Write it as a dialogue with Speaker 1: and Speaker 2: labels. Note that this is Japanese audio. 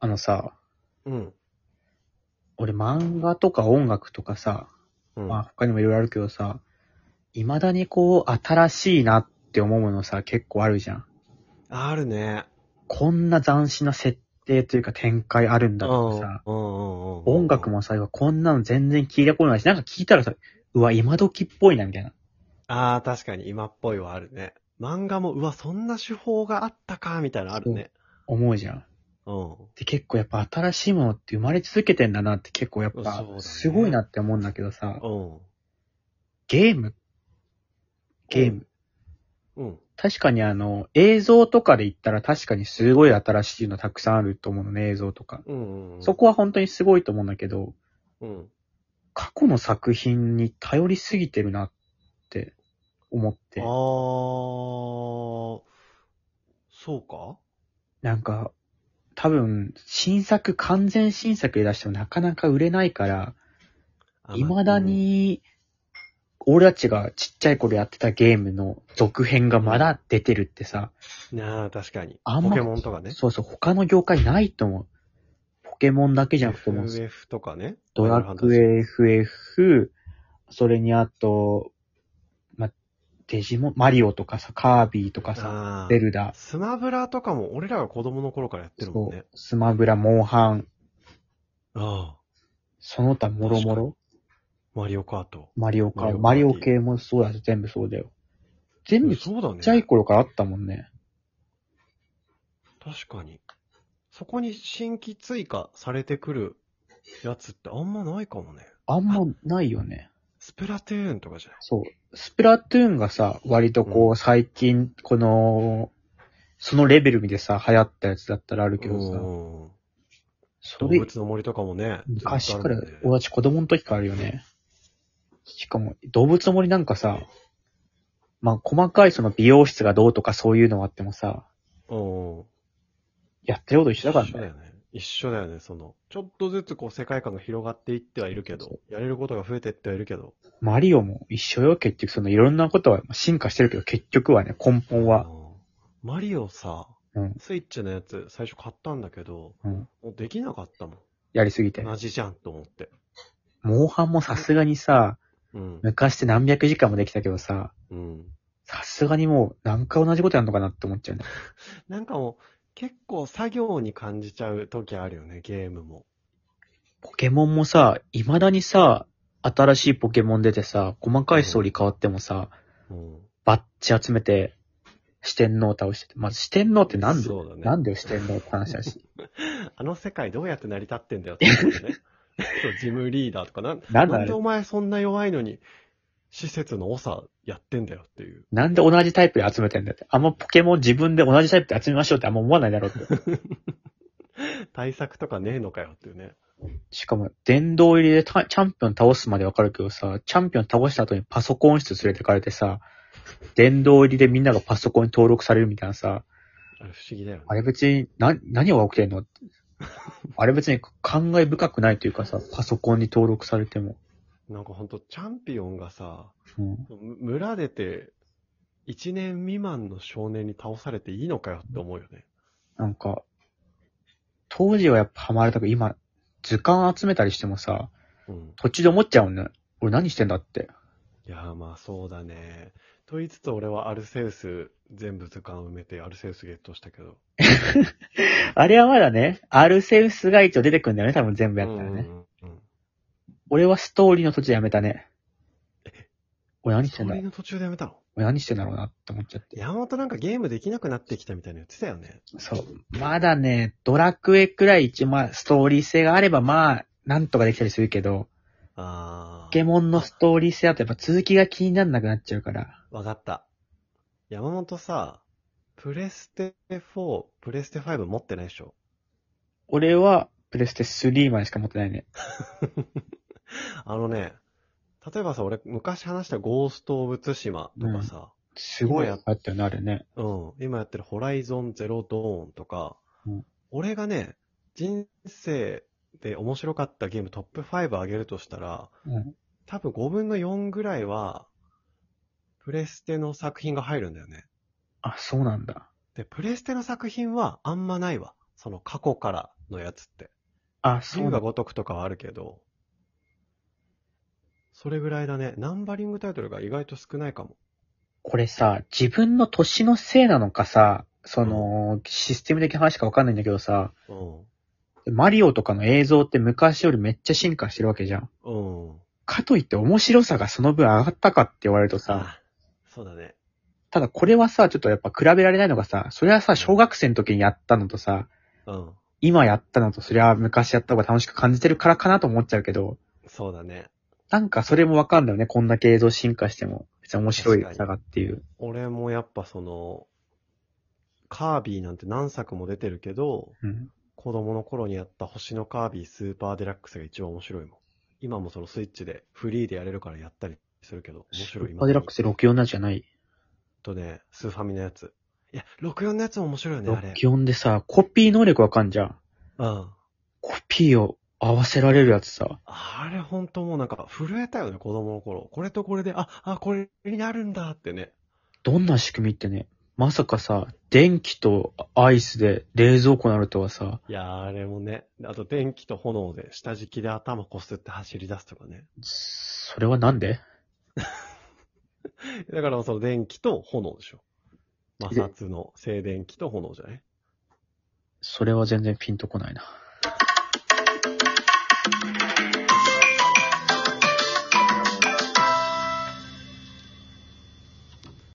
Speaker 1: あのさ、
Speaker 2: うん。
Speaker 1: 俺漫画とか音楽とかさ、
Speaker 2: うん。
Speaker 1: まあ他にもいろいろあるけどさ、未だにこう新しいなって思うものさ、結構あるじゃん。
Speaker 2: あ、るね。
Speaker 1: こんな斬新な設定というか展開あるんだとかさ、
Speaker 2: うんうんうん。
Speaker 1: 音楽。もさ、こんなの全然聞いたことないし、なんか聞いたらさ、うわ、今時っぽいなみたいな。
Speaker 2: ああ、確かに今っぽいはあるね。漫画も、うわ、そんな手法があったか、みたいなのあるね。
Speaker 1: 思うじゃん。
Speaker 2: うん。
Speaker 1: で、結構やっぱ新しいものって生まれ続けてんだなって結構やっ
Speaker 2: そ
Speaker 1: ぱ
Speaker 2: うだ、ね
Speaker 1: すごいなって思うんだけどさ、
Speaker 2: うん。
Speaker 1: ゲーム、ゲーム。
Speaker 2: うん。
Speaker 1: 確かにあの、映像とかで言ったら確かにすごい新しいのたくさんあると思うのね、映像とか。
Speaker 2: うん。うん。
Speaker 1: そ。こは本当にすごいと思うんだけど、
Speaker 2: うん。
Speaker 1: 過去の作品に頼りすぎてるなって思って
Speaker 2: ああ、。そうか
Speaker 1: なんか、多分、新作、完全新作で出してもなかなか売れないから、
Speaker 2: あ
Speaker 1: 未だ。に、俺たちがちっちゃい頃やってたゲームの続編がまだ出てるってさ、
Speaker 2: なあ、確かに。
Speaker 1: あん
Speaker 2: ポ
Speaker 1: ま
Speaker 2: ケモンとかね。
Speaker 1: そうそう、他の業界ないと思う。ポケモンだけじゃなくても、
Speaker 2: FF とかね。
Speaker 1: ドラクエ FF、それにあと、ま、デジモン、マリオとかさ、カービィとかさ、
Speaker 2: あ
Speaker 1: ゼルダ
Speaker 2: あ。、スマブラとかも俺らが子供の頃からやってるもん
Speaker 1: そ
Speaker 2: ね
Speaker 1: う。、スマブラ、モンハン、
Speaker 2: ああ。
Speaker 1: その他もろもろ、
Speaker 2: マリオカート。
Speaker 1: マリオカー、マ
Speaker 2: マ
Speaker 1: リ
Speaker 2: リオ
Speaker 1: オ
Speaker 2: パーティー
Speaker 1: 系もそうだし、全部そうだよ。全部ち
Speaker 2: そうだね。
Speaker 1: っちゃい頃からあったもんね。
Speaker 2: 確かに。そこに新規追加されてくるやつってあんまないかもね。
Speaker 1: あんまないよね。
Speaker 2: スプラトゥーンとかじゃない
Speaker 1: そう。スプラトゥーンがさ、割とこう、最近、この、そのレベルでさ、流行ったやつだったらあるけどさ、
Speaker 2: うん
Speaker 1: そ
Speaker 2: 動
Speaker 1: れ、
Speaker 2: 物の森とかもね。
Speaker 1: 昔から
Speaker 2: ずっとある、もんね
Speaker 1: 俺たち子供の時からあるよね。しかも、動物の森なんかさ、まあ、細かいその美容室がどうとかそういうのはあってもさ、
Speaker 2: うん。
Speaker 1: やってること一緒だ
Speaker 2: 一緒
Speaker 1: か
Speaker 2: だ
Speaker 1: らね。
Speaker 2: よね。一緒だよね。その、ちょっとずつこう世界観が広がっていってはいるけ
Speaker 1: そ
Speaker 2: ど、やれることが増えていってはいるけど。
Speaker 1: マリオも一緒よ、結局。そのいろんなことは進化してるけど、結局はね、根本は。
Speaker 2: うんマリオさ、
Speaker 1: うん
Speaker 2: スイッチのやつ最初買ったんだけど、
Speaker 1: うん
Speaker 2: もうできなかったもん。
Speaker 1: やりすぎて。
Speaker 2: 同じじゃんと思って。
Speaker 1: モンハンもさすがにさ、
Speaker 2: うん。
Speaker 1: 昔って何百時間もできたけどさ、
Speaker 2: うん。
Speaker 1: さすがにもう何回同じことやるのかなって思っちゃうね。
Speaker 2: なんかもう、結構作業に感じちゃう時あるよね、ゲームも。
Speaker 1: ポケモンもさ、未だにさ、新しいポケモン出てさ、細かいストーリー変わってもさ、
Speaker 2: うん。
Speaker 1: バッチ集めて、四天王倒してて。まず四天王ってなんで、
Speaker 2: そうだね。
Speaker 1: なんで四天王って話だし。
Speaker 2: あの世界どうやって成り立ってんだよってこ とね。そう、ジムリーダーとかなん、
Speaker 1: なんだ
Speaker 2: な
Speaker 1: あ
Speaker 2: んで
Speaker 1: れ
Speaker 2: お前そんな弱いのに、施設の長やってんだよっていう。
Speaker 1: なんで同じタイプで集めてんだって。あんまポケモン自分で同じタイプで集めましょうってあんま思わないだろう って。
Speaker 2: 対策とかねえのかよっていうね。
Speaker 1: しかも、殿堂入りでたチャンピオン倒すまでわかるけどさ、チャンピオン倒した後にパソコン室連れてかれてさ、殿堂入りでみんながパソコンに登録されるみたいなさ、
Speaker 2: あれ不思議だよね。
Speaker 1: あれ別に、な、何が起きてんのあれ別に感慨深くないというかさ、パソコンに登録されても。
Speaker 2: なんかほんと、チャンピオンがさ、
Speaker 1: うん、
Speaker 2: む村出て、1年未満の少年に倒されていいのかよって思うよね。
Speaker 1: なんか、当時はやっぱハマれたけど、今、図鑑集めたりしてもさ、
Speaker 2: うん。
Speaker 1: 途中で思っちゃうもんね。俺何してんだって。
Speaker 2: いやーまあそうだね。と言いつつ俺はアルセウス全部図鑑埋めてアルセウスゲットしたけど。
Speaker 1: あれはまだね、アルセウスが一応出てくんだよね、多分全部やったらね。
Speaker 2: うんうんうん。
Speaker 1: 俺はストーリーの途中でやめたね。俺何し
Speaker 2: そ
Speaker 1: てんだ
Speaker 2: れ
Speaker 1: ろう
Speaker 2: の途中でやめたの
Speaker 1: 俺何してんだろうなって思っちゃって。
Speaker 2: 山本なんかゲームできなくなってきたみたいなの言ってたよね。
Speaker 1: そう。まだね、ドラクエくらい一応まあ、ストーリー性があればまあ、なんとかできたりするけど、
Speaker 2: あ
Speaker 1: ポ
Speaker 2: ー。
Speaker 1: ケモンのストーリー性だとやっぱ続きが気にならなくなっちゃうから。
Speaker 2: わかった。山本さ、プレステ4、プレステ5持ってないでしょ
Speaker 1: 俺は、プレステ3までしか持ってないね。
Speaker 2: あのね、例えばさ、俺昔話したゴースト・オブ・ツシマとかさ、
Speaker 1: すごいあったよね、あれね。
Speaker 2: うん、今やってるホライゾンゼロドーンとか、
Speaker 1: うん
Speaker 2: 俺がね、人生で面白かったゲームトップ5上げるとしたら、
Speaker 1: うん。
Speaker 2: 多分5分の4ぐらいは、プレステの作品が入るんだよね。
Speaker 1: あ、そうなんだ。
Speaker 2: で、プレステの作品はあんまないわ。その過去からのやつって。
Speaker 1: あ、そ
Speaker 2: 竜
Speaker 1: う
Speaker 2: が
Speaker 1: だ。
Speaker 2: 如くとかはあるけど、それぐらいだね。ナンバリングタイトルが意外と少ないかも。
Speaker 1: これさ、自分の年のせいなのかさ、その、システム的な話かわかんないんだけどさ、マリオとかの映像って昔よりめっちゃ進化してるわけじゃん。
Speaker 2: うん。うん。
Speaker 1: かといって面白さがその分上がったかって言われるとさ、
Speaker 2: あ、そうだね。
Speaker 1: ただこれはさ、ちょっとやっぱ比べられないのがさ、それはさ、小学生の時にやったのとさ、
Speaker 2: うん。
Speaker 1: 今やったのとそりゃ昔やった方が楽しく感じてるからかなと思っちゃうけど、
Speaker 2: そうだね。
Speaker 1: なんかそれもわかんないよね。こんだけ映像進化しても、別に面白いさがっていう。
Speaker 2: 俺もやっぱその、カービィなんて何作も出てるけど、
Speaker 1: うん。
Speaker 2: 子供の頃にやった星のカービィスーパーデラックスが一番面白いもん。今もそのスイッチでフリーでやれるからやったりするけど、面白い。
Speaker 1: スーパーデラックス64なんじゃない。
Speaker 2: とね、スーファミのやつ。いや、64のやつも面白いよね、あれ。
Speaker 1: 64でさ、コピー能力わかんじゃん。
Speaker 2: うん。
Speaker 1: コピーを合わせられるやつさ。
Speaker 2: あれ本当もうなんか震えたよね、子供の頃。これとこれで、あ、あ、これになるんだってね。
Speaker 1: どんな仕組みってね、まさかさ、電気とアイスで冷蔵庫になるとはさ、
Speaker 2: いやー、あれもね。あと電気と炎で下敷きで頭こすって走り出すとかね。
Speaker 1: それはなんで
Speaker 2: だからその電気と炎でしょ。摩擦の静電気と炎じゃない
Speaker 1: それは全然ピンとこないな。